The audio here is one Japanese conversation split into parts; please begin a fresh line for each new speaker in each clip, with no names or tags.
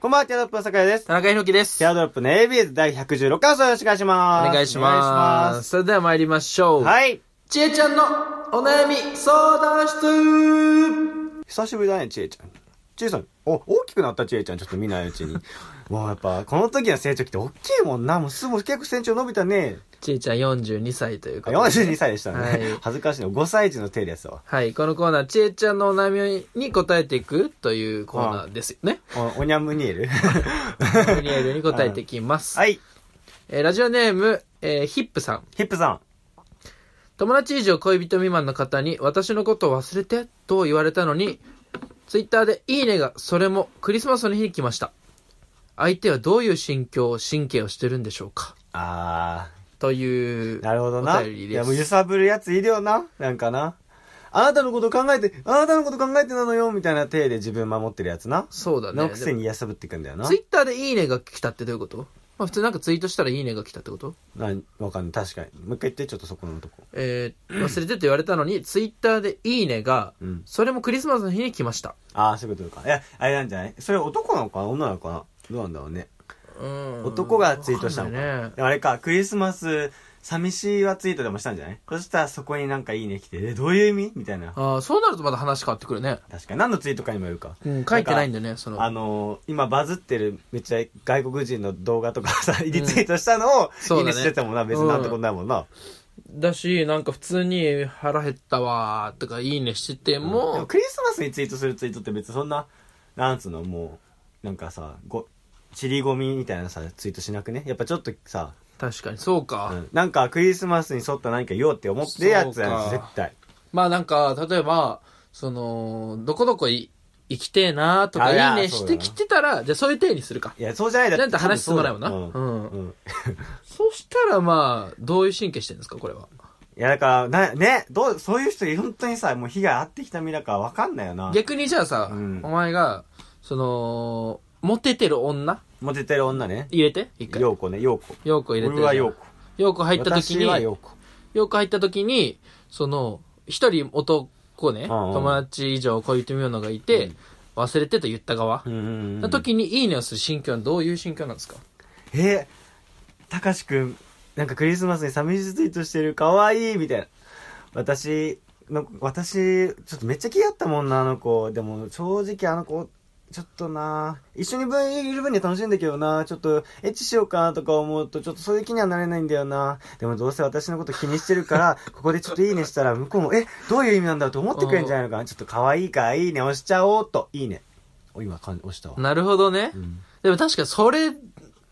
こんばんは、ティアドロップの坂井です。
田中裕樹で
テ
す。
ィア
お
ドロップの ABS 第116回をよろしくお願いします。
願いします。それでは参りましょ
お
う。
願いします。はい。
ちえちゃんのお悩み相談室
久しぶりだね、ちえちゃん。ちえさん、お、大きくなったちえちゃん、ちょっと見ないうちに。 もうやっぱ、この時の成長期って大きいもんな。もうすぐ結構成長伸びたね。
ちえちゃん42歳という
あ
ことで。
42歳でしたね。
はい
恥ずかしいの。5歳児の手ですわ。
はい、このコーナー、ちえちゃんのお悩みに答えていくというコーナーですよね。
お、おにゃむにえ る。
ムニエルに答えていきます。
はい。
えーラジオネーム、えーヒップさん。
ヒップさん。
友達以上恋人未満の方に私のことを忘れてと言われたのに、ツイッターでいいねがそれもクリスマスの日に来ました。相手はどういう心境、神経をしてるんでしょうか
あ
という
ー、なるほどな。
お便り
い
で
や、も
す。
う揺さぶるやついるよな。なんかな。あなたのこと考えて、あなたのこと考えてなのよ、みたいな手で自分守ってるやつな。
そうだね。
のくせに揺さぶっていくんだよな
ツイ。ッターでいいねが来たってどういうことまあ普通なんかツイートしたらいいねが来たってこと
なんわかんない。確かに。もう一回言って、ちょっとそこのとこ。
えー、忘れてと言われたのに、ツイッターでいいねが、
うん。
それもクリスマスの日に来ました。
ああ、そういうことか。いや、あれなんじゃないそれ男なのかな女なのかなどうなんだろうね。
うん
男がツイートしたのか
わかんない
な
ね。
でもあれか、クリスマス、寂しいはツイートでもしたんじゃないそしたらそこになんかいいね来て、え、どういう意味みたいな。
ああ、そうなるとまた話変わってくるね。
確かに。何のツイートかにもよるか。
うん、書いてないんだよね、その。
あのー今バズってるめっちゃ外国人の動画とかさ、リツイートしたのを、
そう
い
だ
い
ね
ねしてたもんな、別になんてことないもんな。
だし、なんか普通に腹減ったわーとかいいねしてて
で
も、
クリスマスにツイートするツイートって別にそんななんつうのもうなんかさごチリゴミみたいなさツイートしなくねやっぱちょっとさ、
確かにそうか。
うんなんかクリスマスに沿った何か言おうって思ってるやつや
そ
ん
うか
絶対
まあなんか、例えば、その、どこどこい行きてえなーとか
あいや
いいね
そ
し
うだ
て
な
きてたら、じゃあそういう体にするか。
いやそうじゃないだ
なんて話してもらえばな
多分そうだよ
う
うんん、うん
そしたらまあ、どういう神経してるんですか、これは。
いやだからなねどうそういう人本当にさもう被害あってきた身だから分かんないよな
逆にじゃあさ、
うん
お前が、その、モテてる女
モテてる女ね
入れて一回。
陽子ね陽子
ようこ入れてる
俺
じゃ
は陽
ん。
子
ようこ入った時に、
私は陽子
よく入った時に、その、一人男ね、
んうん
友達以上恋人未満のがいて、忘れてと言った側
う、んうんうん
の時にいいねをする心境はどういう心境なんですか
えたかしくん、なんかクリスマスに寂しいツイートしてる、かわいいみたいな。私の、私、ちょっとめっちゃ気合ったもんな、あの子。でも、正直あの子、ちょっとな一緒に分いる分には楽しいんだけどなちょっと、エッチしようかなとか思うと、ちょっとそういう気にはなれないんだよなでもどうせ私のこと気にしてるから、 ここでちょっといいねしたら、向こうも、え、どういう意味なんだろうと思ってくれるんじゃないのかなちょっと可愛いから、いいね押しちゃおうと。いいね。お今、かん押したわ。
なるほどね。
うん
でも確かにそれ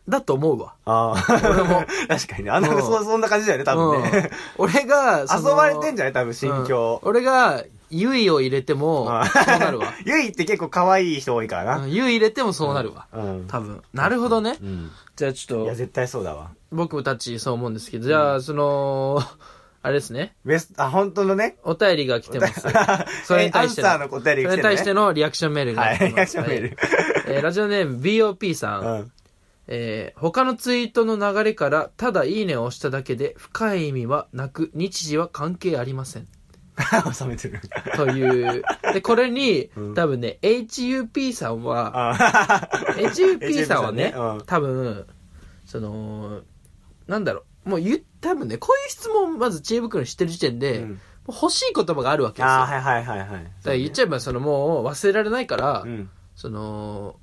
だと思うわ。
ああ。
俺も
確かにね。あの、
うん
そうそんな感じだよね、多分ね。
うん俺が、そ
遊
の
ばれてんじゃない多分、心境。
うん俺が、ゆいを入れても、
あ
そう なるわ。
ゆいって結構可愛い人多いから
う
な。
んゆい入れてもそうなるわ。
うん。
多分。なるほどね。
うん。
じゃあちょ
いや、
っと、
絶対そうだわ。
僕たちそう思うんですけど、じゃあ、その、あれですね。
ベスト、あ、本当のね。
お便りが来 てます。そ
そ
れ
れ
に
に
対
対
し
してて。
の
アンサーの答え
それ
来
に
てる
対
ね
してのリアクションメールが
は
来て
い、
ま
役
す。
所メール。
はいえーラジオネーム BOP さん。
うん。
えー他のツイートの流れから、ただいいねを押しただけで、深い意味はなく、日時は関係ありません。
収めてる。
という。で、これに、
うん
多分ね、HUP さんは、
あ
HUP さん
HUP さ
はね
んねうん、
多分、その、なんだろう、もう言っ、多分ね、こういう質問をまず知恵袋にしてる時点で、
うん
もう欲しい言葉があるわけですよ。
あー、
だか
はいはいはいはい。
ら言っちゃえば、そのもう忘れられないから、
うん。
その、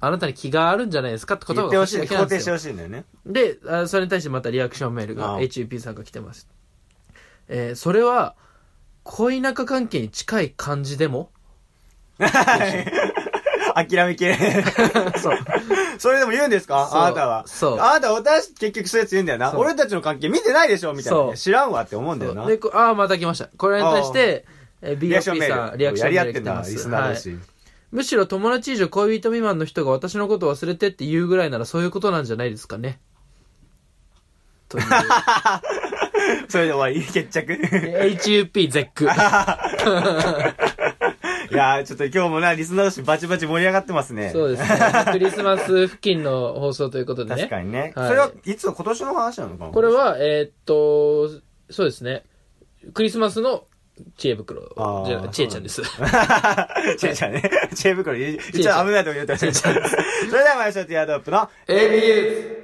あなたに気があるんじゃないですかって言葉
言っ
が
てほ
欲
し
しい
い。
だけな
肯
んで
定し
す
て
よ。
ほしいんだよね。
で、あそれに対してまたリアクションメール
あ
が
あ
HUP さんが来てます。えーそれは、恋仲関係に近い感じ でも
諦めきれない。
そう。
それでも言うんですか
そう
あなたは。
そう
あなた私、結局そういうやつ言うんだよな。
そう
俺たちの関係見てないでしょみたい
そ
な。
う
知らんわって思うんだよな。
で、こああ、また来ました。これに対して、えー BOP さん、リアクションメ
や
ー
り合
ル
っ
来
てん
て
だ
ま
リ
す。
スナー
は
だ
い、
し。
むしろ友達以上恋人未満の人が私のことを忘れてって言うぐらいならそういうことなんじゃないです かね。という、
それで終わり、決着。い
HUP ゼック。
やー、ちょっと今日もな、リスナー同士バチバチ盛り上がってますね。
そうですね。クリスマス付近の放送ということでね。
確かにね。
はい
それはいつの 今年の話なのかな
これは、えーっと、そうですね。クリスマスの知恵袋
あー
じゃない知恵ちゃんです。
チェーンじゃね。チェーン袋入れ、一応危ないとこ入れてほしい。 それでは参りましょう、ティアドロップの。
ABU!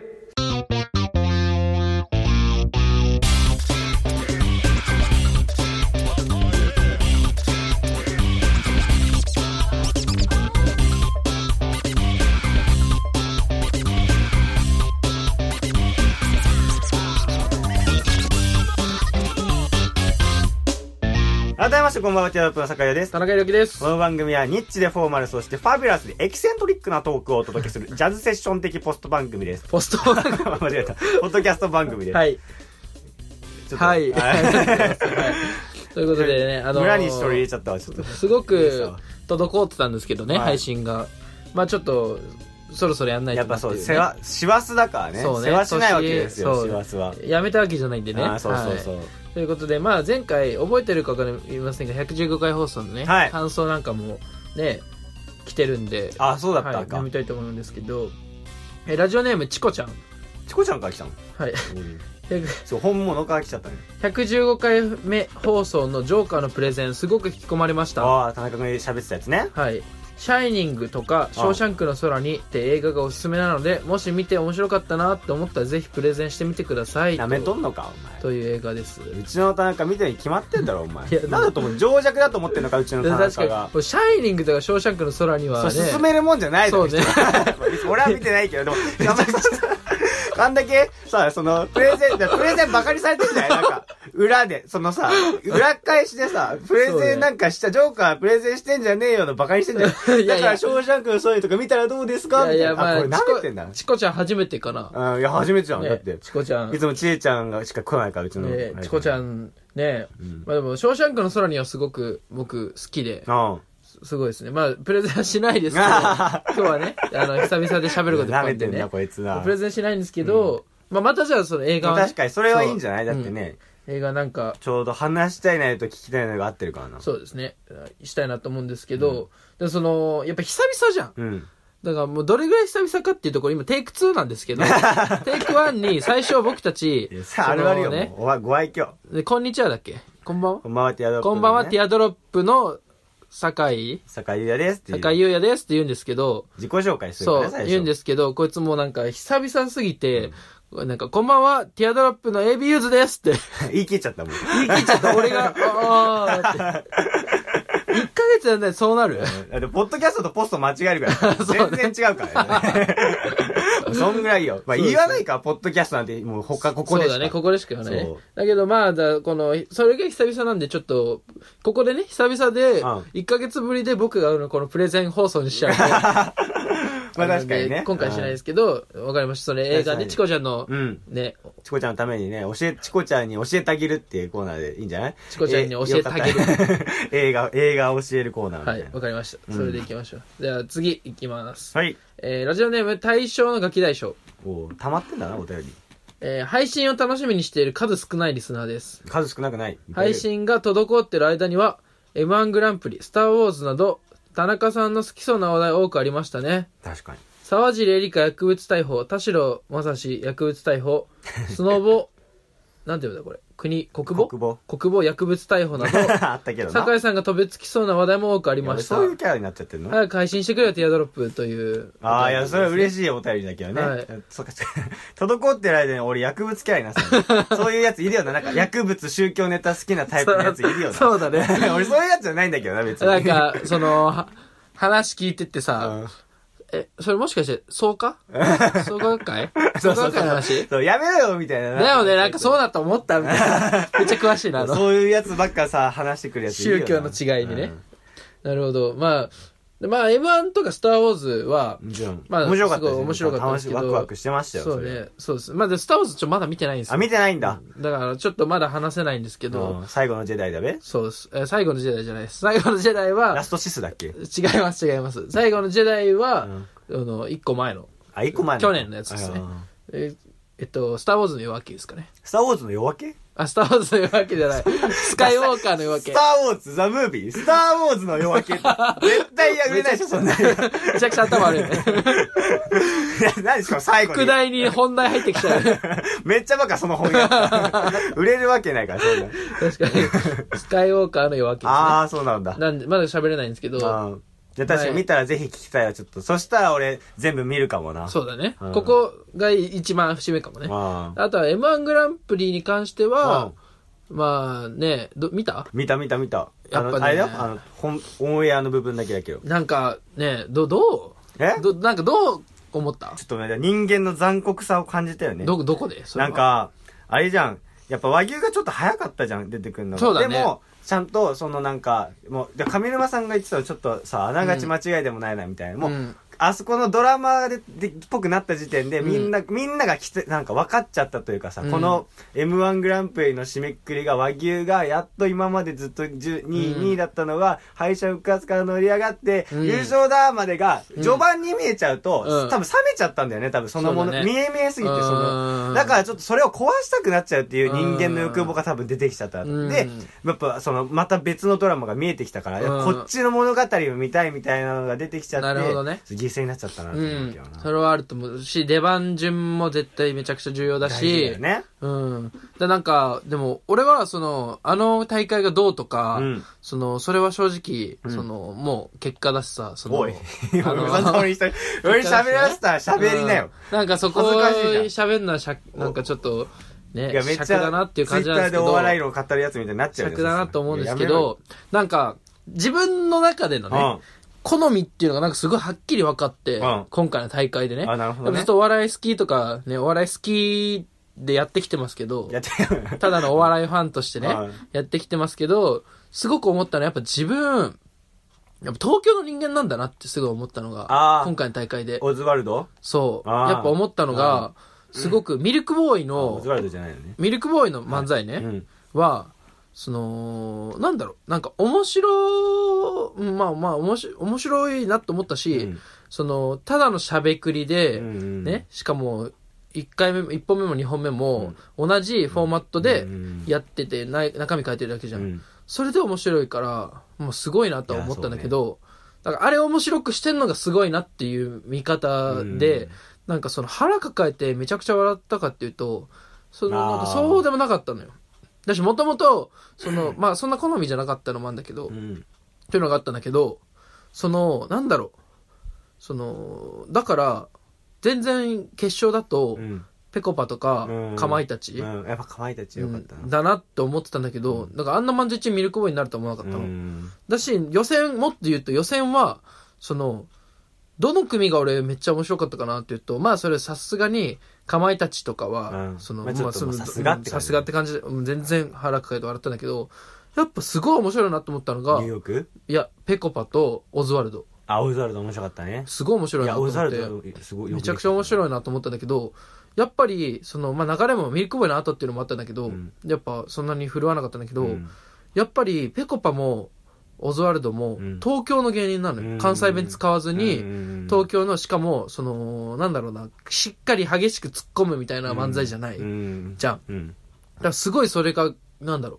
改めまして、こんばんは、ティアドロップの酒井です。
田中裕樹です
こ。の番組はニッチでフォーマル、そしてファビュラスでエキセントリックなトークをお届けするジャズセッション的ポスト番組です。
ポスト
間違えた。ポッドキャスト番組です。
はい。
ちょっと
はい。
は
ということでね、あのー
村に一人入れちゃったわ、ちょっと。
す
い
ご
いです
く
よ
滞ってたんですけどね、
はい
配信が。まあちょっと、そろそろやんない
や
と
っ
な
ぱ
って
そ、
いうね
世話、師走だからね。
そうね
世話しないわけですよ、
そう
師走は。
やめたわけじゃないんでね。
あーそうそうそう。
はいということで、まあ前回覚えてるかわかりませんが、115回放送のね、
はい
感想なんかもね、来てるんで、
あ、そうだった
はい、
か。
読みたいと思うんですけど、えラジオネームチコちゃん。
チコちゃんから来たの
はい。
そう、本物から来ちゃったね。
115回目放送のジョーカーのプレゼン、すごく引き込まれました。
ああ、田中君喋ってたやつね。
はい。シャイニングとか、ショーシャンクの空にって映画がおすすめなので、もし見て面白かったなって思ったらぜひプレゼンしてみてください。
なめと
と
んのか、お
という映画です。
前。うちの田中見てるに決まってんだろ、お前。
いや
なんだと思う情弱だと思ってんのか、うちの田
確か
中
に
が。
こ。れシャイニングとかショーシャンクの空には
そう、
ね、
進めるもんじゃないだろ
そうね
俺は見 てないけ ど、でも、あんだけ、さ、その、プレゼン、プレゼンバカにされてるじゃないなんか、裏で、そのさ、裏返しでさ、プレゼンなんかした、ジョーカープレゼンしてんじゃねえよのバカにしてんじゃ
いや
ん。
いや
だから、ショーシャンクのそういうとか見たらどうです
い
かみ
や
た
い
い
や、
な。
ま
あ、これ舐
あ、チ
めてんだ
コ、チコちゃん初めてかな。
うん、いや、初めてじゃん、だっ
ね
て、。
チコちゃん
い、つもちえちゃんがしか来ないから、うちの。
ね、チコちゃ
ん。
ん、ね、
ん
まあでも、ショーシャンクの空にはすごく僕好きで、
うん。
すごいですね。まあ、プレゼンはしないですけど、今日はね、あの、久々で喋ることが
舐め
できた
て
ん
ん
で
な、
ね。
こいつな。
プレゼンしないんですけど、まあ、またじゃあその映画はね、
確かに、それはいいんじゃないだ
そう
ってね、
映画なんか、
ちょうど話したい内容と聞きたい内容が合ってるからな。
そうですね、したいなと思うんですけど、でその、やっぱ久々じゃん。
うん。
だからもうどれぐらい久々かっていうところ、今テイク2なんで すけど、テイク1に最初僕たち
いや、さあ、あるあるよ、
その
もう。おわ、ご愛嬌。
でこんにちはだっけこんばんは
こんばんは、ティアドロップ、
こんばんは、ティ
ア。
アドロップの酒井、
坂井優也ですっていう。
酒井優也ですって言うんですけど、
自己紹介するから
そう
ね、最、初。。
言うんですすけど、こいつもうなんか久々すぎて、なんか、こんばんは、ティアドロップの AB ユーズですって
言い切っちゃったもん。
言い切っちゃった、俺が、あ あって。1ヶ月やんないとそうなる
だって、ポッドキャストとポスト間違えるから、
そうね
全然違うから ね。そんぐらいよ。まあ、言わないから、ポッドキャストなんて、もう他、ここで
そ
し
う
か。
だね、ここでしかね
そう。
だけどまあ、だこの、それが久々なんで、ちょっと、ここでね、久々で、
うん
1ヶ月ぶりで僕が会うのこのプレゼン放送にしち ゃうんで、
まあ、確かに
なの
ね。
で。今回しないですすけど、わかりました。それ映
確
画
か
で、
に
チコちゃんの
う、ん。
ね、
チコちゃんのためにね、教え、チコちゃんに教えてあげるっていうコーナーでいいんじゃない
チコちゃんに教えてあげる
えよかった 映画、映画を教えるコーナーみ
は
たい
い、
な。
わかりました。それで行きましょう。じゃあ次行きます。
はい。
えー、ラジオネーム、大正のガキ大将。
おー溜まってんだな、お便り。
えー、配信を楽しみにしている数少ないリスナーです。
数少なくない。
配信が滞ってる間には、M1 グランプリ、スターウォーズなど、田中さんの好きそうな話題多くありましたね。
確かに。
沢尻エリカ薬物逮捕、田代正史薬物逮 捕、スノボ、なんていうんだこれ、国、国母
国母
国母薬物逮捕など、
あったけどな。
酒井さんが飛びつきそうな話題も多くあり
いや
ま
俺
した。
そういうキャラになっちゃってるの
早く配信してくれよ、ティアドロップという。
ああ、いや、それは
しい。
嬉しいお便りだけどね。
はい
そっか、 そっか滞ってる間に俺薬物キャラになって たそういうやついるよな。なんか薬物、宗教ネタ好きなタイプのやついるよな。
そうだね。
俺そういうやつじゃないんだけどな、別に。
なんか、その、は話聞いてってさ、
うん、
え、それもしかして、草加草加会
そ
草
うそう
加
そ
会の
う。
話
そう、やめろよ、みたいな。
だよね、なんかそうだと思ったみた いな。めっちゃ詳しいな、あの。
そういうやつばっかさ、話してくるやついるよ
宗
な
教の違いにね。なるほど。まあ、でまあ、M1 とかスターウォーズは
う、ん。うん
まあ
面白かったです
すごい面白かったで
楽
す
し
け
い。
ど
ワクワクしてましたよ、
そう
れ
ね、そうです。まあ、でスターウォーズちょっとまだ見てないんです
あ、
よ。
見てないんだ。
だから、ちょっとまだ話せないんですけど、
うん最後のジェダイだべ。
そうです。えー最後の時代じゃないです。最後の時代は
ラ、ストシスだっけ
違います、違います。最後の時代は、あの、一個前の、
あ、一個前
去年のやつですね
あー
ええっと、スター・ウォーズの夜明けですかね。
スターウォーズの夜明け
あ、スター・ウォーズの夜明けじ ゃない。スカイウォーカーの夜明
ス
け
タ。ー・ウォーズ・ザ・ムービー、スター・ウォーズの夜明 け。絶対やめないでしょ、そんなに。
めちゃくちゃ 頭悪いね。
な 何しかも最後
副
に。
題に本題入ってきちゃう。
めっちゃバカ、その本屋。売れるわけないから、そんな。
確かに、スカイウォーカーの夜明けですね。
ああ、そうなんだ。
なんで、まだ喋れないんですけど、
うん。じゃあ確かに見たらぜひ聞きたいわ、ちょっと。そしたら俺、全部見るかもな。う。
そうだね。
うん
ここが一番節目かもね。
あ
あとは M1 グランプリに関して
う
は
ん、
まあね、ど見た
見た見た見た。あ
やっぱ
の、
ね
あれだよ。あの、本、オンエアの部分だけだけど。
なんかね、ど、ど
え
うど、なんかどう思った
ちょっとね、人間の残酷さを感じたよね。
ど、どこでそれ
な
は
んか、あれじゃん。やっぱ和牛がちょっと早かったじゃん、出てくるのが。
そうだね
でも、ちゃんと、そのなんか、もう、で上沼さんが言ってたのちょっとさ、あながち間違いでもないな、みたいな。もう、
うん
あそこのドラマで、でっぽくなった時点で、
うん
みんな、みんなが来て、なんか分かっちゃったというかさ、
うん
この M1 グランプリの締めくくりが和牛が、やっと今までずっと10 2位、
うん
2位だったのが、敗者復活から乗り上がって、
うん
優勝だまでが、
うん
序盤に見えちゃうと、
うん
多分冷めちゃったんだよね、多分そのもの、
そうだね
見え見えすぎて、その、
うん
だからちょっとそれを壊したくなっちゃうっていう人間の欲望が多分出てきちゃった。
うん
で、やっぱそのまた別のドラマが見えてきたから、
うん
こっちの物語を見たいみたいなのが出てきちゃって、
なるほどね
ちょっと犠牲になっちゃったなと
う
思うんけどな。
それはあると思うし、出番順も絶対めちゃくちゃ重要だ
大事だ
し
よ、ね。
うん。だなんか、でも、俺は、その、あの大会がどうとか、
うん
その、それは正直、
うん
その、もう、結果だしさ、その、
おい、
あ の
そんな俺一人、俺喋らせたら喋りなよ。
うんなんかそこを
恥ずかしいじゃん
喋んのはしゃ、なんかちょっと、ね、
いや、めっ
尺
ちゃ、
だなっていう感じなん
ツイ
で
ッター
すけ
で
ど、
お笑い論を語るやつみたいになっちゃうよ
尺だなと思うんですけ
やめろよ
ど、なんか、自分の中でのね、好みっていうのがなんかすごいはっきり分かって、
うん
今回の大会でね。
あなるほどね
やっぱずっとお笑い好きとか、ね、お笑い好きでやってきてますけ
う
ど
ん。、やってよ。
ただのお笑いファンとしてね、
うん
やってきてますけど、すごく思ったのはやっぱ自分、やっぱ東京の人間なんだなってすごい思ったの
あ
が、
ー
今回の大会で。
オズワルド
そう。
あー
やっぱ思ったのが、すごくミルクボーイ
オ
の
ズ、ワルドじゃないよね。
ミルクボーイの漫才ね、
うん。
は、その、なんだろう、なんか面白、まあまあ、おもし面白いなと思ったし、
うん
その、ただのしゃべくりで、
うんうん
ね、しかも、1回目も、一本目も2本目も、同じフォーマットで
うん
やってて、な中身変えてるだけじゃん。
うん
それで面白いから、もうすごいなとは思ったんだけど、だからあれ面白くしてんのがすごいなっていう見方で、
うん
なんかその腹抱えてめちゃくちゃ笑ったかっていうと、そのなんか
あー
そうでもなかったのよ。だし、もともと、その、まあそんな好みじゃなかったのもあるんだけど、
う
っ
ん。
ていうのがあったんだけど、その、なんだろう。その、だから、全然決勝だと
う、ん。
ぺこぱとか
うん、
かまいたち、
うん、やっぱかまいたちよかったな。
だなって思ってたんだけど、だからあんなまんじゅうちミルクボーイになると思わなかったの。
うん
だし、予選、もっと言うと予選は、その、どの組が俺めっちゃ面白かったかなっていうと、まあそれさすがに、かまいたちとかは、
うん
その、
まあちょっと
その
まあさすがって感じ
さすがって感じで、うん全然腹抱えて笑ったんだけど、やっぱすごい面白いなと思ったのが
ニュー、ヨーク
いや、ペコパとオズワルド。
あ、オズワルド面白かったね。
すごい面白
い
いな
や、
と
オ
思
ズワ
っ
ル
て。
ドすごいよくできた
めちゃくちゃ面白いなと思ったんだけど、やっぱり、その、まあ、流れもミルクボーイの後っていうのもあったんだけど、
うん
やっぱそんなに振るわなかったんだけど、
うん
やっぱりぺこぱもオズワルドも
うん
東京の芸人なのよ、
うん
関西弁使わず
うん
に
うんうん
東京のしかもそのなんだろうなしっかり激しく突っ込むみたいな漫才じゃない、
うんうん
じゃん
うん
だからすごいそれがなんだろう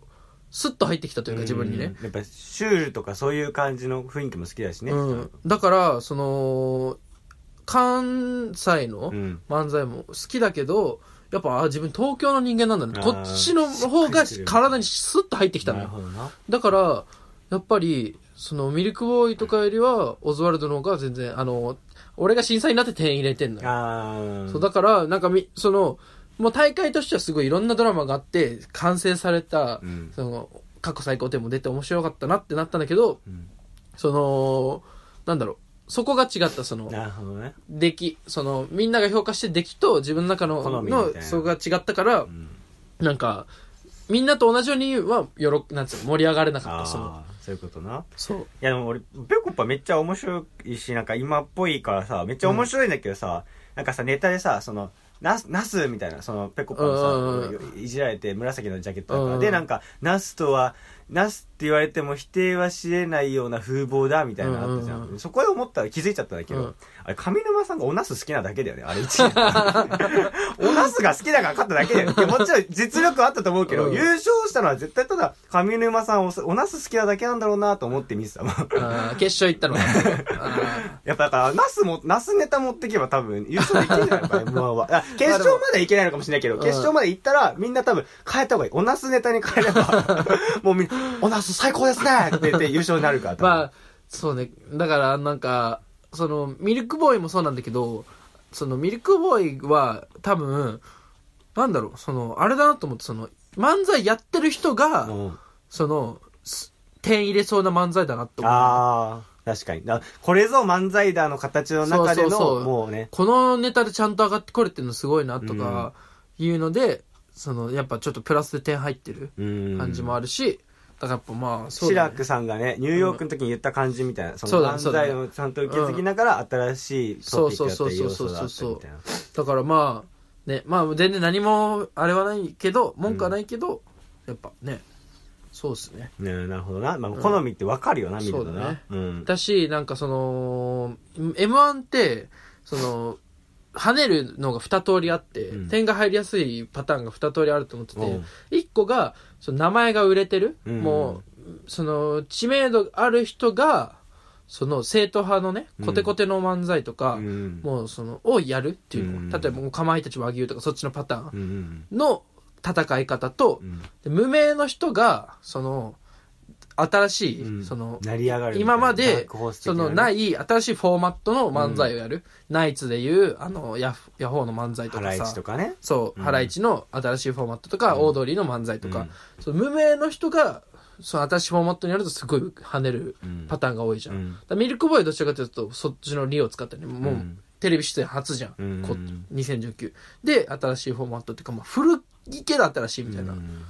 スッと入ってきたというか自分にね、
うんやっぱシュールとかそういう感じの雰囲気も好きだしね
うん、だからその関西の
うん
漫才も好きだけどやっぱあ自分東京の人間なんだね
あ
こ
ー
っちの方が
しっかりしてる
体にスッと入ってきたの
な
よ
るほどな
だから、やっぱり、そのミルクボーイとかよりは、オズワルドの方が全然、あの、俺が審査員になって点入れてんのよ。
あー
そう、だから、なんかみ、その、もう大会としてはすごいいろんなドラマがあって、完成された、
うん
その、過去最高点も出て面白かったなってなったんだけど、
うん
その、なんだろう、そこが違った、その、
なるほどね
出来、その、みんなが評価して出来と自分の中の、
好みみたいな
の、そこが違ったから、
うん
なんか、みんなと同じようには、よろ、なんつうの、盛り上がれなか
あ
った、その、
あそういうことな
そう。
いやでも俺ぺこぱめっちゃ面白いしなんか今っぽいからさめっちゃ面白いんだけどさなんかさネタでさそのナスナスみたいなそのぺこぱ
うんうん
のさいじられて紫のジャケットだか
うんう
ら
ん
でなんかナスとはなすって言われても否定はしれないような風貌だみたいなのあったじゃん,、
うんうんうん
そこへ思ったら気づいちゃったんだけど、
うん
あれ上沼さんがおナス好きなだけだよねあれ一位 おナスが好きだから勝っただけだよいやもちろん実力はあったと思うけど、
うん
優勝したのは絶対ただ上沼さんおおナス好きなだけなんだろうなと思って見てたもん
あー決勝行った のかなあ
やっぱだからナスもナスネタ持ってけば多分優勝できるんじゃない か M1 はあ決勝まではいけないのかもしれないけど、
うん
決勝まで行ったらみんな多分変えた方がいいおナスネタに変えれ ばもうみんな「おナス最高ですね!」って言って優勝になるから
ーまあそうねだからなんかそのミルクボーイもそうなんだけどそのミルクボーイは多分なんだろうそのあれだなと思ってその漫才やってる人が、
うん
そのす点入れそうな漫才だなって思う
あー確かになこれぞ漫才だの形の中での
そうそうそう
もうね
このネタでちゃんと上がってこれてるのすごいなとかいうので、そのやっぱちょっとプラスで点入ってる
うん
感じもあるし、だからやっぱまあそう
志
だ
ら
ね
くさんがねニューヨークの時に言った感じみたいなそ
そう
の
だねそ
漫
うだね
才をちゃんと受け継ぎながら新しいトピックだったり要素だったりみたいな
だからまあねまあ全然何もあれはないけど文句はないけど、やっぱねそうですね
ねなるほどな、まあ、好みってわかるよな、見ると
そう
な
だね
うん
だしなんかその m 1ってその跳ねるのが2通りあって、
うん
点が入りやすいパターンが2通りあると思ってて、
うん
1個がその名前が売れてる、
うん
もうその知名度ある人がその正統派のねコテコテの漫才とか、
うん
もうそのをやるっていうの、
うん
例えばもうかまいたち和牛とかそっちのパターン
うんうん
の戦い方と
う、ん
で無名の人がその新しい、
うん
その
成り上がるみたいな
今ま
ダ
で
ークホース的
そ
なね
のない新しいフォーマットの漫才をやる、ナイツでいうあのヤフヤホーの漫才と
ハ
か
ライ
さ
チとかね
そう、
うん
ハライチの新しいフォーマットとか、
うん
オードリーの漫才とか、
うん
その無名の人がその新しいフォーマットにやるとすごい跳ねる
うん
パターンが多いじゃん、
う
だか
ん
らミルクボーイどちらかというとそっちの理を使ってねもう、
うん
テレビ出演初じゃん、
うん
こ2019で新しいフォーマットっていうか、まあ、古いけど新しいみたいな、
うん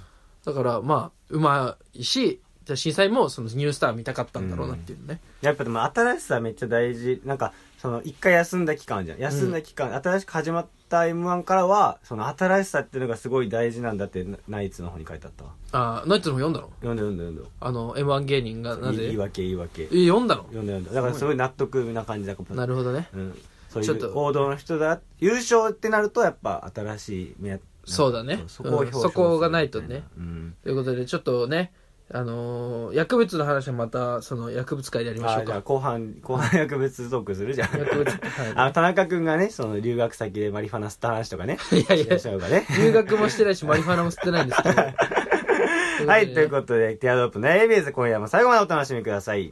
だからまあうまいしじゃあ審査員もそのニュースター見たかったんだろうなっていうね、
やっぱでも新しさめっちゃ大事なんかその一回休んだ期間あるじゃん休んだ期間、新しく始まった m 1からはその新しさっていうのがすごい大事なんだってナナイツの方に書いてあったわ
ああナイツのも読んだの
読んで読んで読
あの m 1芸人がなん
で
で
言い
え
訳言い訳
読んだの
読んで読んでだからすごい納得な感じだから
なるほどね
うん、そうい
ちょっと
う王道の人だ優勝ってなるとやっぱ新しい目
そうだね
そこを表彰
うんそこがないとね
するみ
ということでちょっとねあのー薬物の話はまたその薬物会でやり
たい
ま
な、
し
うん、あじ
ょう
ゃあ
か
後半後半薬物トークするじゃん
薬 物はい
あの田中君がねその留学先でマリファナ吸った話とかね
いやいや
しましょうかね
留学もしてないしマリファナも吸ってないんです けど
はい、ということで、ティアドロップの ABS 今夜も最後までお楽しみください。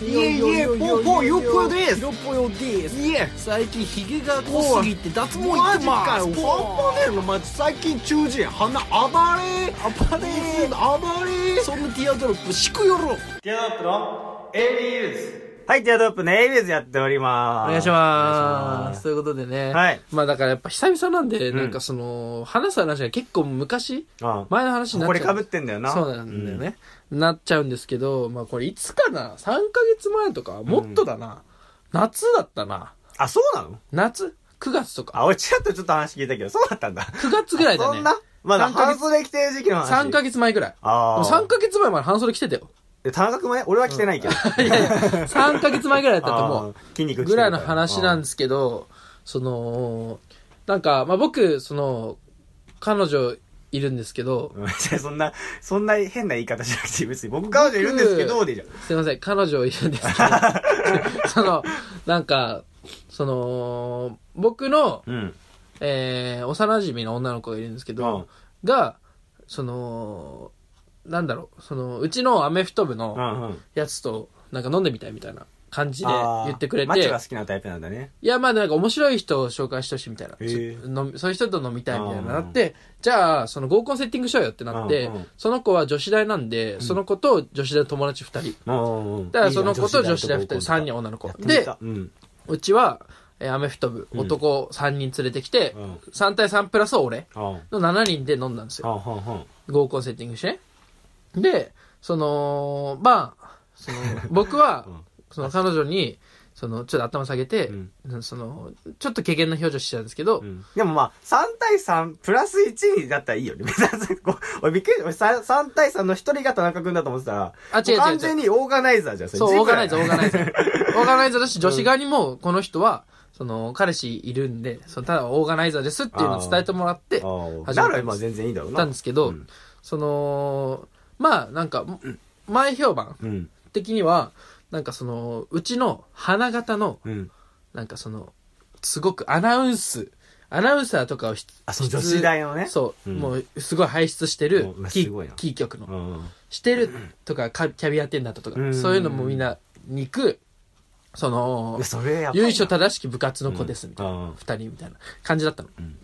いえいえぽよぽよぽよですぽよです
いえ
最近ヒゲが
濃すぎ
て脱
ポンポネルの街最近中耳鼻暴れ
暴れ
暴れ
そんなティアドロップ敷くよろ
ティアドロップの ABS はい、ティアドロップの ABS やっておりま
お
す。
願いします。ということでね。
はい
まあだからやっぱ久々なんで、
ん
なんかその、話す話が結構昔、
お願いします。あ
前の話になっ
こ
ち
れ
ゃう。
かぶってんだよな。
そうなんだよね、なっちゃうんですけど、まあこれいつかな ?3 ヶ月前とか、もっとだな、夏だったな。
あ、そうなの
夏 ?9 月とか。
あ、俺ちらっとちょっと話聞いたけど、そうだったんだ。
9月ぐらいだね。
そんなまだ
3ヶ
半
月
袖着てる時期の話。
3ヶ月前ぐらい。
ああ。
3ヶ月前まで半袖着てたよ。
え田中君もね、俺は着て ないけど。
いやいや、3ヶ月前ぐらいだったと思う
あ。ー筋肉
ぐらいの話なんですすけど、その、なんか、まあ、僕、その、彼女いるんですけど、
そん な、そんな変な言い方しなくていい別に僕彼女いるんですけど、でいいじゃん。
すいません、彼女いるんですけ ど、その、なんか、その、僕の、
うん。
えー、幼馴染の女の子がいるんですけど、が、その、なんだろう、その、うちのアメフト部
う
の
んうん。
やつと、なんか飲んでみたいみたいな感じで
あー
言ってくれ
マッチ
て
ョが、好きなタイプなんだね。
いや、まあなんか面白い人を紹介してほしいみたいな。
へー
そのそういう人と飲みたいみたいななって、じゃあ、その合コンセッティングしようよってなって、
うんうん
その子は女子大なんで、その子と女子大の友達2人。
うんうん。
だからその子と女子大2人、3人
を。
女の子
やっ。てみ
で
た、うん。
うちは、えーアメフト部、
ん
男3人連れてきて、
うん
3対3プラス俺
あー
の7人で飲んだんですよ。
あー、うんうん
合コンセッティングしてね。 で、その、まあ、その、僕は
うん、
その彼女に、その、ちょっと頭下げて、その、ちょっと軽減な表情してたんですけど、
うんでもまあ、3対3プラス1にだったらいいよね。 別にこう俺びっくり、俺 3, 3対3の一人が田中君だと思ってたら、
あ、違う違う違う。
完全にオーガナイザーじゃん、れ
そう、オーガナイザー、オ
軸だ
ーガ
よね
ナイザ ー。オーガナイザーだし、女子側にも、この人は、その、彼氏いるんで、そのただオーガナイザーですっていうのを伝えてもらっ
あ
て、
ー
始ま
な
ったんです
らまあ全然いいだろうな。
たんですけど
うん
その、まあ、なんか、前評判
うん。
的には、なんかその、うちの花形の、
うん。
なんかその、すごくアナウンス、アナウンサーとかをひ
あ、その
質
女子大のね。
そう、
うん
もうすごい輩出してる
うん
キ
すごいな
ーキー局の、
うん。
してるとかかキャビアテンダートとか、
うん
そういうのもみんなに行くその
いやそれやっぱりな
由緒正しき部活の子ですみたいな、
うん
二人みたいな感じだったの、
ん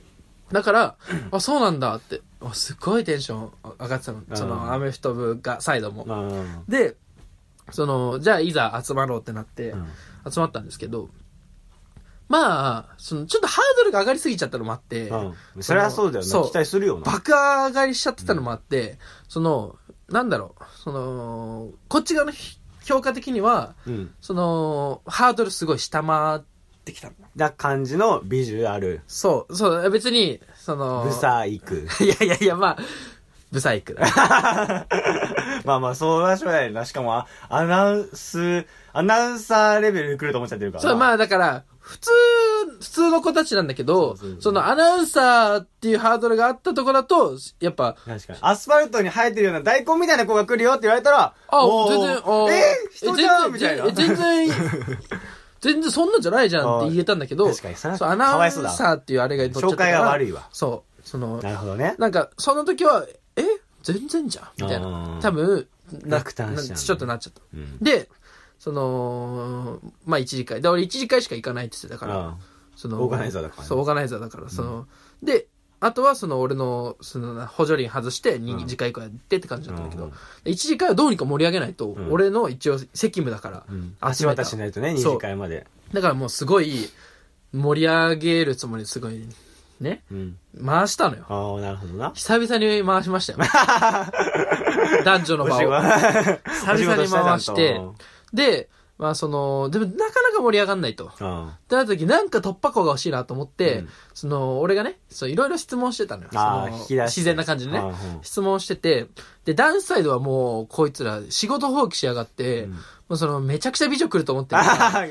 だから、あそうなんだってあすごいテンション上がってたの、
うん
そのアメフト部がサイドも、
うん。
でそのじゃあいざ集まろうってなって、集まったんですけどまあそのちょっとハードルが上がりすぎちゃったのもあって、
うん。それはそうだよ
そ
な。
う
期待するよな。
バカ上がりしちゃってたのもあって、その、なんだろう、その、こっち側のひ評価的には、
うん。
その、ハードルすごい下回ってきたの。
な感じのビジュアル。
そう、そう、別に、その、
ブサイク。
いやいやいや、まあ、ブサイクだ。
まあまあ、そうはしょうがないな。しかも、あアナウンス、アナウンサーレベルに来ると思っちゃってるからな。
そう、まあだから、普通、普通の子たちなんだけ
そう
ど、
そうそう
そのアナウンサーっていうハードルがあったところだと、やっぱ、
確かに。アスファルトに生えてるような大根みたいな子が来るよって言われたら、
あ、
おー
全然、あー
えー人じゃんみ
え
たいな。
全然、全然、全然そんなんじゃないじゃんって言えたんだけど、
あー確かにそれは
そうアナ
か
ウ
わ
ン
いそうだ
サーっていうあれが乗っちゃった
紹介が悪いわ。
そう、その、
なるほど ね。
なんか、その時は、え全然じゃんみたい
あ
な。
ー
多分、
落胆しちゃう
なちょっとなっちゃった。
うん。
で、その、まあ、一次会。で、俺一次会しか行かないって言ってたから、
あ
その、
オーガナイザーだからね
そう、オーガナイザーだから、その、で、あとはその俺の、そのな、補助輪外して、二次会以降やってって感じだったんだけ
う
ど
ん、
一次会はどうにか盛り上げないと、
ん
俺の一応責務だから、
うん
集
足
めた
渡ししないとね、二
そう
次会まで。
だからもうすごい、盛り上げるつもりですごい、ね、
うん。
回したのよ。
ああ、なるほどな。
久々に回しましたよ。 男女の場
お仕
を。
事
久々に回し
お仕事ち
て
ゃんと、
で、まあその、でもなかなか盛り上がんないと。
うん。
ってなった時、なんか突破口が欲しいなと思って、
うん
その、俺がね、そう、いろいろ質問してたのよ。
あー
その
引き出して
自然な感じでね
うんうん。
質問してて、で、ダンスサイドはもう、こいつら、仕事放棄しやがって、もうその、めちゃくちゃ美女来ると思ってるから
あはい、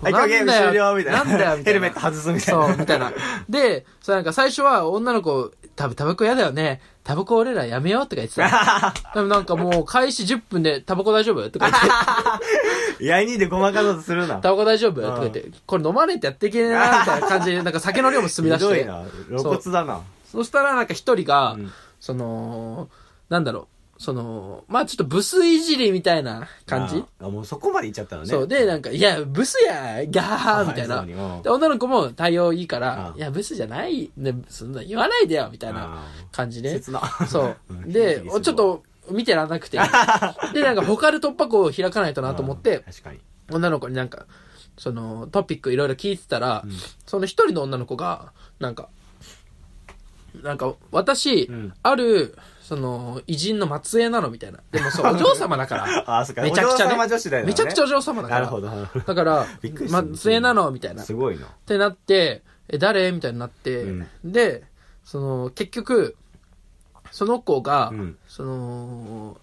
今日ゲーム終了みたいな。
なんだよみたいな
ヘルメット外すみたいな。
そう、みたいな。で、そうなんか最初は女の子、多分タバコ嫌だよね。タバコ俺らやめようとか言ってた。でもなんかもう開始10分でタバコ大丈夫とか言 って、
やいにでごまかそうとするな。
タバコ大丈夫と
うん
か言って、これ飲まないとやっていけねえな、みたいな感じで、なんか酒の量も進み出
ひ
し
ど
て
い。な。露骨だな。
そしたらなんか一人が、
うん
その、なんだろう、その、まあちょっとブスいじりみたいな感じ、
ああもうそこまでいっちゃったのね。
そう。で、なんか、いや、ブスやガーみたい
かわそ
ない
うにうん。
で、女の子も対応いいから
う、ん
いや、ブスじゃない、ね、そんな言わないでよ、みたいな
あー
感じで。
切な。
そう う。
んいい
で、ち
す
ょ
ご
っ
い
と見てらん なくて。で、なんか他の突破口を開かないとなと思って、
確かに。
女の子になんか、そのトピックいろいろ聞いてたら、その一人の女の子が、なんか、なんか、私、
ん
ある、その、偉人の末裔なのみたいな。でも そう、お嬢様だから。
あー、そっか。
めちゃくちゃ、
お嬢
ね
様女子だよね。
めちゃくちゃお嬢様だから。
なるほどなるほど
だから
びっくりした、
末裔なのみたいな。っ
すごいな。
てなって、え、誰みたいになって、で、その、結局、その子が、
うん
その、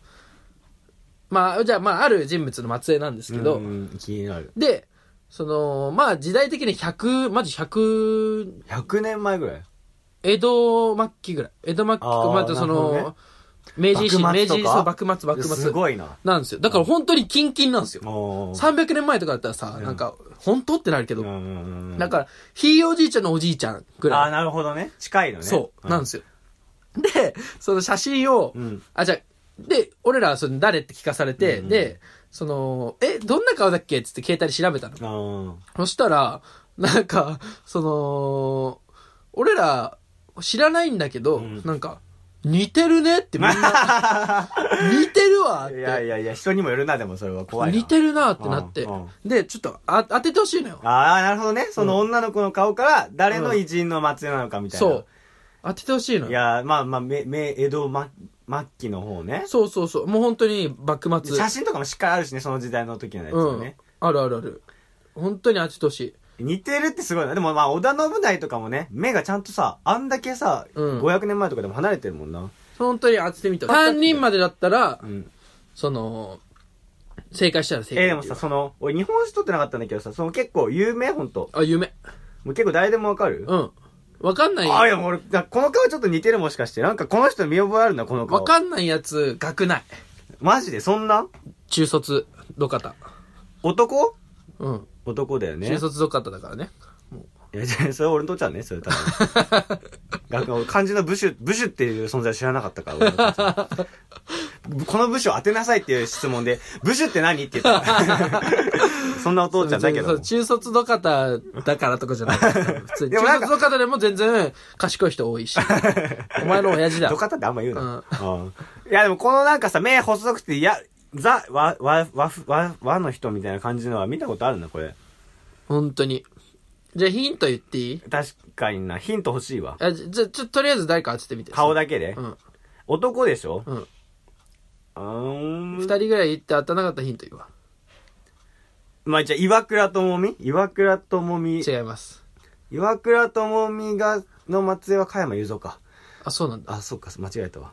まあ、じゃあ、まあ、ある人物の末裔なんですけど、
うんうん気になる。
で、その、まあ時代的に100、まず100、
100年前ぐらい
江戸末期ぐらい。江戸末期か、
あー
まあそ
なるほどね
の、明治維新、
幕
明
末
治
とか
そう、幕末、幕末。
すごいな。
なんですよ。だから本当にキンキンなんですよ。
おー
300年前とかだったらさ、なんか、本当ってなるけ
うん
ど、
うんうん
だから、ひいおじいちゃんのおじいちゃんぐ
ああ
ら
ー、なるほどね。近いの
い。
ね。。
そう、なんですすよ。で、その写真を
うん、
あ、じゃあで、俺らはその誰って聞かされて、で、その、え、どんな顔だっけっつって携帯で調べたの。
あー
そしたら、なんか、その、俺ら知らないんだけど、
ん
なんか、似てるねってみんな、 似てるわっ
いやい
て。
やいや、人にもよるな、でもそれは怖いな。
似てるなってなって
うん。
で、ちょっとあ当ててほしいのよ。
ああ、なるほどね。その女の子の顔から、誰の偉人の末裔なのかみたいな。
そう。当ててほしいの
い
よ。
やー、まあまあ、め、め、江戸ま末期の方ね。
そうそうそう。もう本当に幕末。
写真とかもしっかりあるしね、その時代の時のやつ
う
は
ん
ね。。
あるあるある。本当にあっちとし
似てるってすごいな。でもまあ、織田信成とかもね、目がちゃんとさ、あんだけさ、
うん
500年前とかでも離れてるもんな。
本当に当ててみた。3人までだったら
う、ん。
その、正解したら
え
正解
ー、でもさ、その、俺日本史取ってなかったんだけどさ、その結構有名、ほんと。
あ、夢。
もう結構誰でもわかる、
うん。わかんない。
あ、い
わ
や、俺、だこの顔ちょっと似てるもしかして。なんかこの人見覚えあるな、この顔。
かんないやつ、学内。
マジで、そんな
中卒、どかた。
男
うん。
男だよね。
中卒どかただからね。
いや、じゃあそれ俺の父ちゃんね、それ多分。 学校漢字の部首、部首っていう存在知らなかったから、俺の父ちゃんこの部首を当てなさいっていう質問で、部首って何って言った から。そんなお父ちゃんだけど
そ
も
う。中卒どかただからとか じゃない。普通に
でも
中
なんか
卒どかたでも全然賢い人多 いし。お前の親父だ
ど。かたってあんま言うな。
う
うんいや、でもこのなんかさ、目細くて、いや、ザ、わ、わ、わ、わ、わの人みたいな感じのは見たことあるな、これ。
本当に。じゃあヒント言っていい
確かにな、ヒント欲しいわ。
あじゃ、じゃ、ちょ、とりあえず誰か当ててみて。
顔だけで。
うん。
男でしょ
うん。
うーん
二人ぐらい言って当たらなかったらヒント言うわ。
まあ、じゃあ、岩倉智美岩倉智美。
違います。
岩倉智美が、の松江は加山雄三か。
あ、そうなんだ。
あ、そっか、間違えたわ。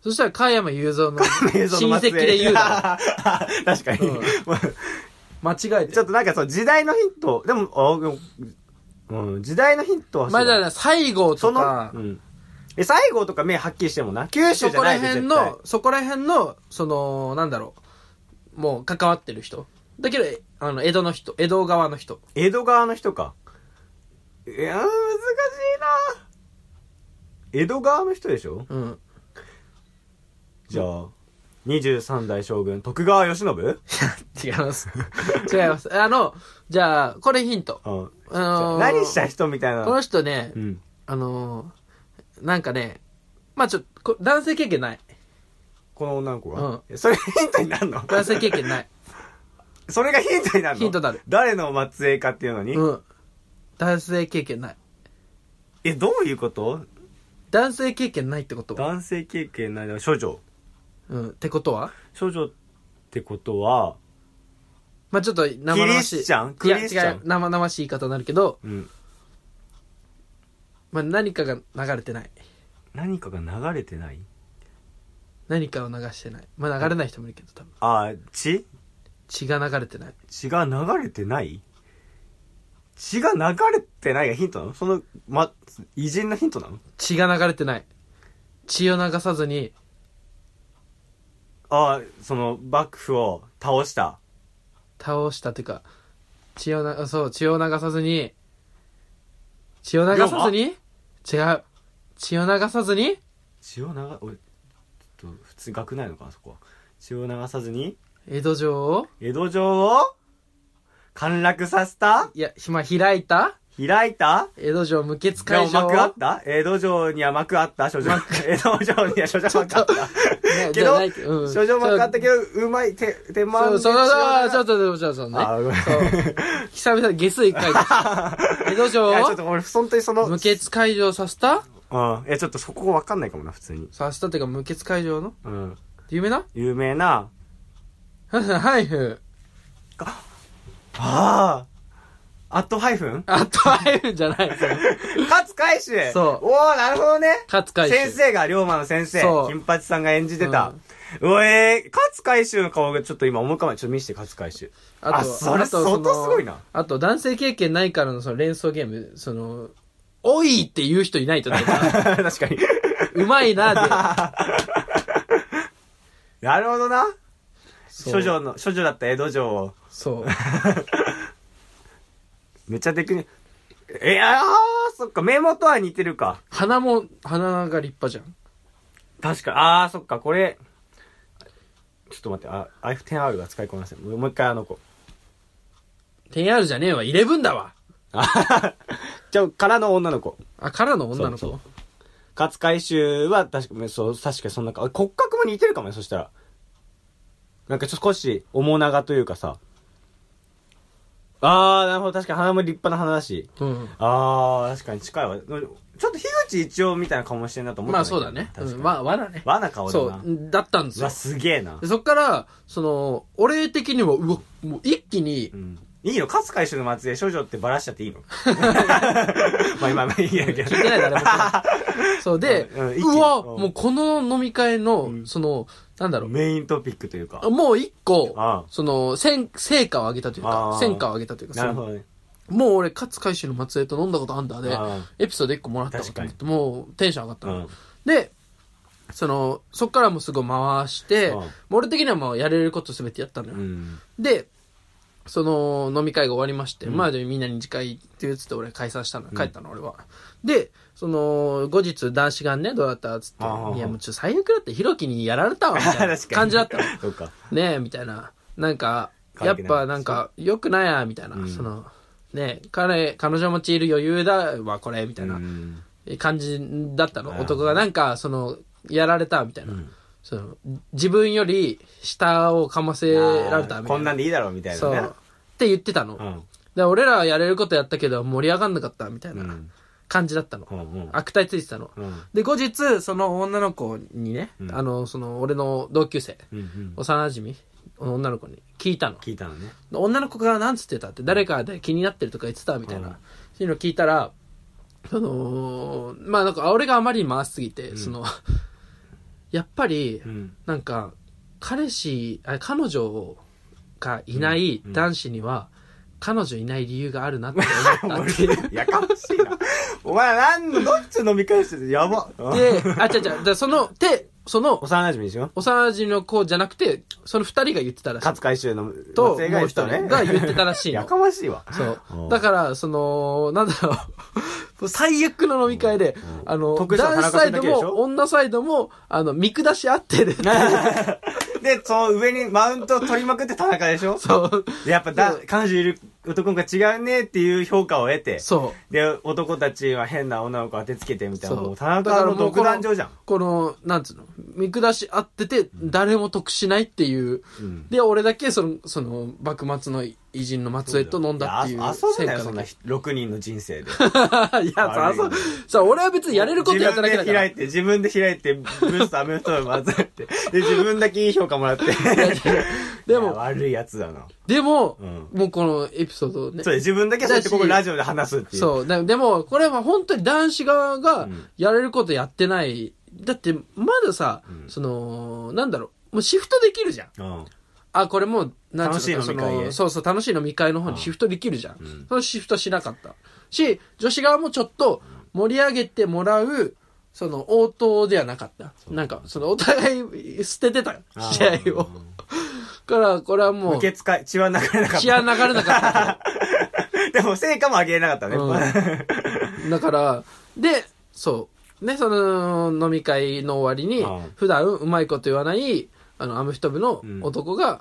そしたら、加山雄三の
雄三の
親
松江
戚で言うだ
確かに。
うん
まあ
ろ。間違えて
ちょっとなんかその時代のヒント、でも、あでもうん、時代のヒントはそう
まあだから、西郷
そ
と
の、
か
う、ん。え、西郷とか目はっきりしてるもんな。九州
そ
じゃ
こ
な
ら
いで
辺
絶対
の、そこら辺の、その、なんだろう。もう、関わってる人。だけど、えあの、江戸の人、江戸側の人。
江戸川の人か。いやー、難しいな江戸川の人でしょ
うん。
じゃあ、23代将軍、徳川慶喜う
違い ます。違います。あの、じゃあ、これヒント。
ん。
あのー
何した人みたいな。
この人ね
う、ん。
あのー、なんかね、まあちょっと、こ男性経験ない。
この女の子が。それヒントになるの
男性経験ない。
それがヒントになるの
ヒントになる
誰の末裔かっていうのに、
うん。男性経験ない。
え、どういうこと
男性経験ないってことは
男性経験ないの処女。
うん。ってことは
処女ってことは、
まあちょっと生々しい。
クリスチャン
いや
クリスチャン
違う、生々しい言い方になるけど、
うん。
まあ何かが流れてない。
何かが流れてない
何かを流してない。まあ流れない人もいるけど、多分。
あー、血
血が流れてない。
血が流れてない血が流れてないがヒントなのその、ま、偉人のヒントなの
血が流れてない。血を流さずに、
ああ、その、幕府を倒した。
倒したというか、血をな、そう、血を流さずに、血を流さずに違う。血を流さずに
血を流、俺、ちょっと、普通学ないのかな、そこは。血を流さずに、
江戸城を
江戸城を、陥落させた
いや、ひま、開いた
開いた
江戸城無血
で
会
も
場
幕あった江戸城には幕あった所女。 江戸城には所女 幕あった。
ね
け
じゃ
ど
ないけど、うん
所女幕あったけど、うまい、手、手間
そう、
で
そ
血
う、
が流
そう、ちょっと、ちょっと、ちょっとね。
あごめん
そう久々に下水会江戸城
いや、ちょっ
を
と俺、本当にその、
無血解除させた
うん。いや、ちょっとそこわかんないかもな、普通に。
させたっていうか無血解除の
うん。
有名な
有名な、
はいふ。
ああ、アットハイフン
あとはいふじゃない。それ
勝海舟
そう
おー、なるほどね。
勝海舟
先生が、龍馬の先生
そ。う
金八さんが演じてた。うえー、勝海舟の顔がちょっと今思い浮かばない。ちょっと見せて、勝海舟。あそれ
の
相当すごいな
あと、男性経験ないからのその連想ゲーム、その、おいって言う人いないとね。
確かに。
うまい な、
なるほどな。
で。そう
処女の、処女だった江戸城を。
そう。
めっちゃテクニ、え、あー、そっか、目元は似てるか。
鼻も、鼻が立派じゃん。
確か、あー、そっか、これ、ちょっと待って、あ、iPhone10R が使いこなせん。もうもう一回あの子。
10R じゃねえわ、11だわ。
あははじゃあ、からの女の子。
あ、からの女の
そう
子。
勝海舟は、確か、そう、確かにそんなか、あ骨格も似てるかもね、そしたら。なんかちょっと少し、面長というかさ。あー、なるほど、確かに鼻も立派な鼻だし。
うん。
あー、確かに近いわ。ちょっと樋口一応みたいな顔もしてんなと思って
ま
た
あそうだね。
確か
う
に。
ん、まあ、わだね。
わな顔だ
そ
な。
う、だったんです
う
よ
わ、。すげえな
で。そっから、その、俺的にも、うわ、もう一気に
う、ん。いいの勝海舟の末裔少女ってバラしちゃっていいの まあ今まあいいやけど。
聞いてない誰もそうで、
うん一気
う
に
わ、
うん
もうこの飲み会の、
ん
その、なんだろ
メイントピックというか
う、。もう一個、
ああ
その、戦成果を上げたという
あ
か
あ、
戦果を上げたというか、
なる
その
ほどね。
もう俺、勝海舟の末裔と飲んだことあんだで
ああ、
エピソード一個もらったことあって、もうテンション上がった
う
の、
ん。
で、その、そっからもすごい回して、
うん
もう俺的にはもうやれることすべてやったのよ。
うん。
で、その飲み会が終わりまして、まあでみんなに次回って言うつって俺解散したの、帰ったの俺は。で、その、後日男子がね、どうだったっつって
あー、
いやもうちょっと最悪だって、ヒロキにやられたわ、みたいな
確かに
感じだったの。
そっか。
ねえ、みたいな。なんか、
可
や
愛
っ
くない
ぱなんか、良くないや、みたいな。
ん
その、ねえ、彼、彼女持ちいる余裕だわ、これ、みた
う
いな。
ん。
感じだったの
あー
男がなんかそのやられたみたいな、その自分より下をかませられたみたいな
こんなんでいいだろうみたい
そう
なね
っ。て言ってたの、
うん。。
で俺らはやれることやったけど盛り上がんなかったみたいうなん感じだったの、
うんうん。
悪態ついてたの、
うん
で後日その女の子にね、
うん
あのその俺の同級生
うんうん。
幼馴染の女の子に聞いたの
聞いたのね。
女の子がなんつってたって誰かで気になってるとか言ってたみたいな、
うん
そういうの聞いたらそのまあなんか俺があまりに回しすぎて、そのやっぱり
うん。
なんか彼氏あ彼女がいない男子には、彼女いない理由があるなって思ったっていう
やかましいな。お前なんの、どっち飲み会してて、やば。 うん
であ違う違うだからそのでその
幼馴染でしょ
幼馴染の子じゃなくてその二人が言ってたらしい
勝海舟の
と
末裔が言ってた
もう一
ね
人が言ってたらしいの
やかましいわ。
そうう。
ん
だから、その、なんだろう。最悪の飲み会で、あの、
得したの
男子サ
田中君
イド
だけでし
も
ょ
女サイドも、あの、見下し合ってるっていう。
で、その上にマウントを取りまくって田中でしょ
そう。
でやっぱだ
そう、
彼女いる男の子が違うねっていう評価を得て、
そ
で、男たちは変な女の子当てつけてみ
う。
たい
そ
な、も
う。
う田中の独壇場じゃん。
この、このなんつうの、見下し合ってて、誰も得しないっていう。
うん
で、俺だけ、その、その、幕末の偉人の末裔と飲んだっていう
いや遊ぶなよ、
戦
そ
果
ん
だ
な
け
6人の人生で。
いや、
悪い
そう、そう、俺は別 にやれることやっただけだ
自分で
から。
開いて、自分で開いて、ブースとアメフトを混ざって、で、自分だけいい評価もらって。
でも
いや悪いやつだな。
でも、
うん
もうこのエピソードをね
そ。う自分だけそうやってここラジオで話すっていう。
そう。だでも、これは本当に男子側が
ん
やれることやってない。だって、まださ、その、なんだろう、もうシフトできるじゃん。
うん。
あ、これもう、なん
楽しい飲み
そ
会へ
の、そうそう、楽しい飲み会の方にシフトできるじゃん。そのシフトしなかった。し、女子側もちょっと盛り上げてもらう、その、応答ではなかった。なんか、その、お互い捨ててたよ
あー
試合を。から、これはもう
受、け付か、血は流れなかっ
血は
た。
流れなかった。
でも成果も上げれなかったね。
うん、だから、で、そう。ね、その飲み会の終わりに
うん、
普段うまいこと言わない、あの、アメフト部の
ん
男が、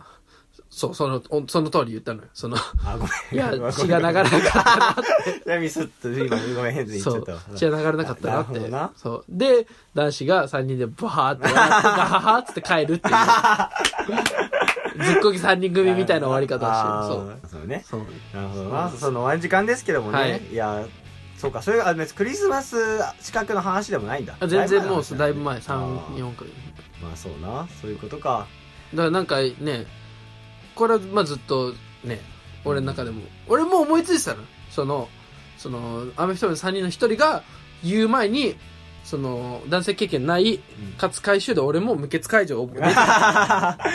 そう、その、おその通り言ったのよ。その、
あ、ご
い
めん。
や
ごめん、
血が流 れなかったなって。
いやミスった。今、ごめん、変で言っち
そ
ゃっ
う
たわ。。
血が流れなかったなっ
なるほ
て。
どな
そう。で、男子が3人でバーって笑って、ガハハっつって帰るって いう。ずっこき3人組みたいな終わり方
あ
をして
ーそうね
る。。そう。そう。
なるほどな。その終わり時間ですけどもね。
はい
い、や、そうか、そういう、あ、別にクリスマス近くの話でもないんだ。
あ全然もう、
だ
だい
いぶ
ぶ
前の話
前、
だね
3、
あー
4回。
まあそうな。そういうことか。
だからなんかねこれはまあずっとね俺の中でも俺も思いついてたのそのそのアメフト部の3人の1人が言う前にその男性経験ない勝海舟で俺も無血 解除を出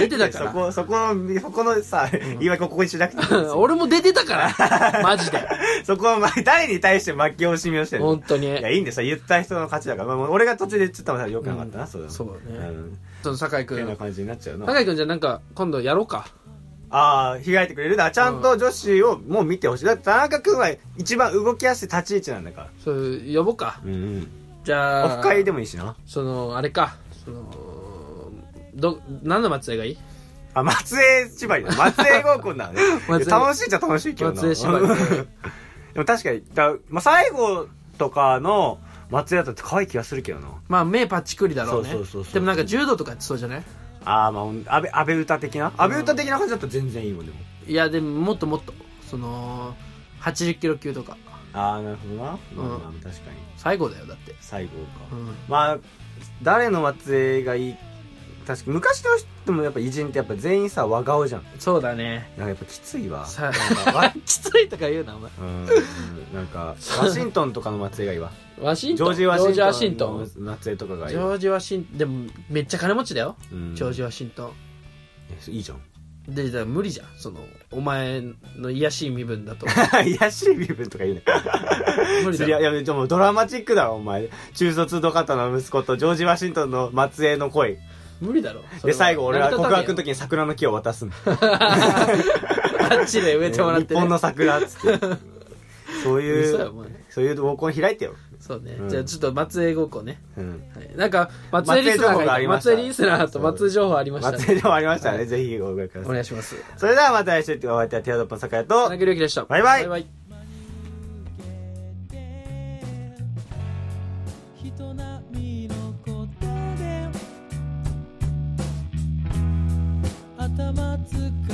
て出てたか
そ
ら
こ、そこの、そこのさ、言い訳をここにしなくていいんですよ
俺も出てたからマジで
そこは、まあ、誰に対して負け惜しみをしてるの
本当に
いや、いいんですよ。言った人の勝ちだから。まあ、俺が途中で言っちゃったのは良くなかったな、
うん
そうだ
そうだね
ん
その酒井
変な
君
感じになっちゃうな。
酒井君じゃあなんか今度やろうか
ああ、開いてくれるだからちゃんと女子をもう見てほしい。だって田中君は一番動きやすい立ち位置なんだから。
それ呼ぼうか
うんうん。
じゃ
オ
あ
フ会でもいいしな。
そのあれかそのど何の松江がいい
あ、松江縛りだ。松江合コンだね
松江。
楽しいっちゃ楽しいけどな。
松江 縛り
でも確かに、だまあ、最後とかの松江だったら可愛い気がするけどな。
まあ目パッチクリだろうね
そうそうそうそう
でもなんか柔道とかやってそうじゃない
ああ、まあ、安倍、安倍歌的な安倍歌的な感じだったら全然いいもん、でも。
いやでももっともっとその80キロ級とか
ああ、なるほどな。まあ、
うん
まあ、確かに。
最後だよだって
最後か。
うん
まあ、誰の末裔がいい確かに昔の人もやっぱ偉人ってやっぱ全員さ和顔じゃん
そうだね
なんかやっぱきついわな
さ
んかわ
きついとか言うなお前
うんなんかワシントンとかの松江がいいわ
ワシン
ジ
ト
ョ
ン
ージ・ワシントン
ジョージワシントン
の松江とかがいい
ジョージ・ワシントンでもめっちゃ金持ちだよ、ジョージ・ワシント
えいいじゃん
ンでだから無理じゃんそのお前の癒やしい身分だと
癒やしい部分とか言うね
無理
そ
だ
りゃいやでもドラマチックだろお前中卒ドカタの息子とジョージ・ワシントンの末裔の恋
無理だろそれ
で
は
最後俺は
成
告白
田
の
拓
時に桜の木を渡すんだ
也あっちで植えてもらって、
日
ね、
本の桜っつって そうい
嘘やお
う
前
そういう合コン開いてよ、
そうね、
うん
じゃあちょっと松江高校ね、
うん、
はい、なんか松江リスナーが
松江情報
いた松
がありました
江リスナーと松江情報ありましたね
松江でもありましたね、
はい
ぜひご覧くだ
お
さい
願いします
それではまた来週お相手はティアドロップの酒屋と
田中良樹でした
バイバイ
バイ
人並みの答えで頭使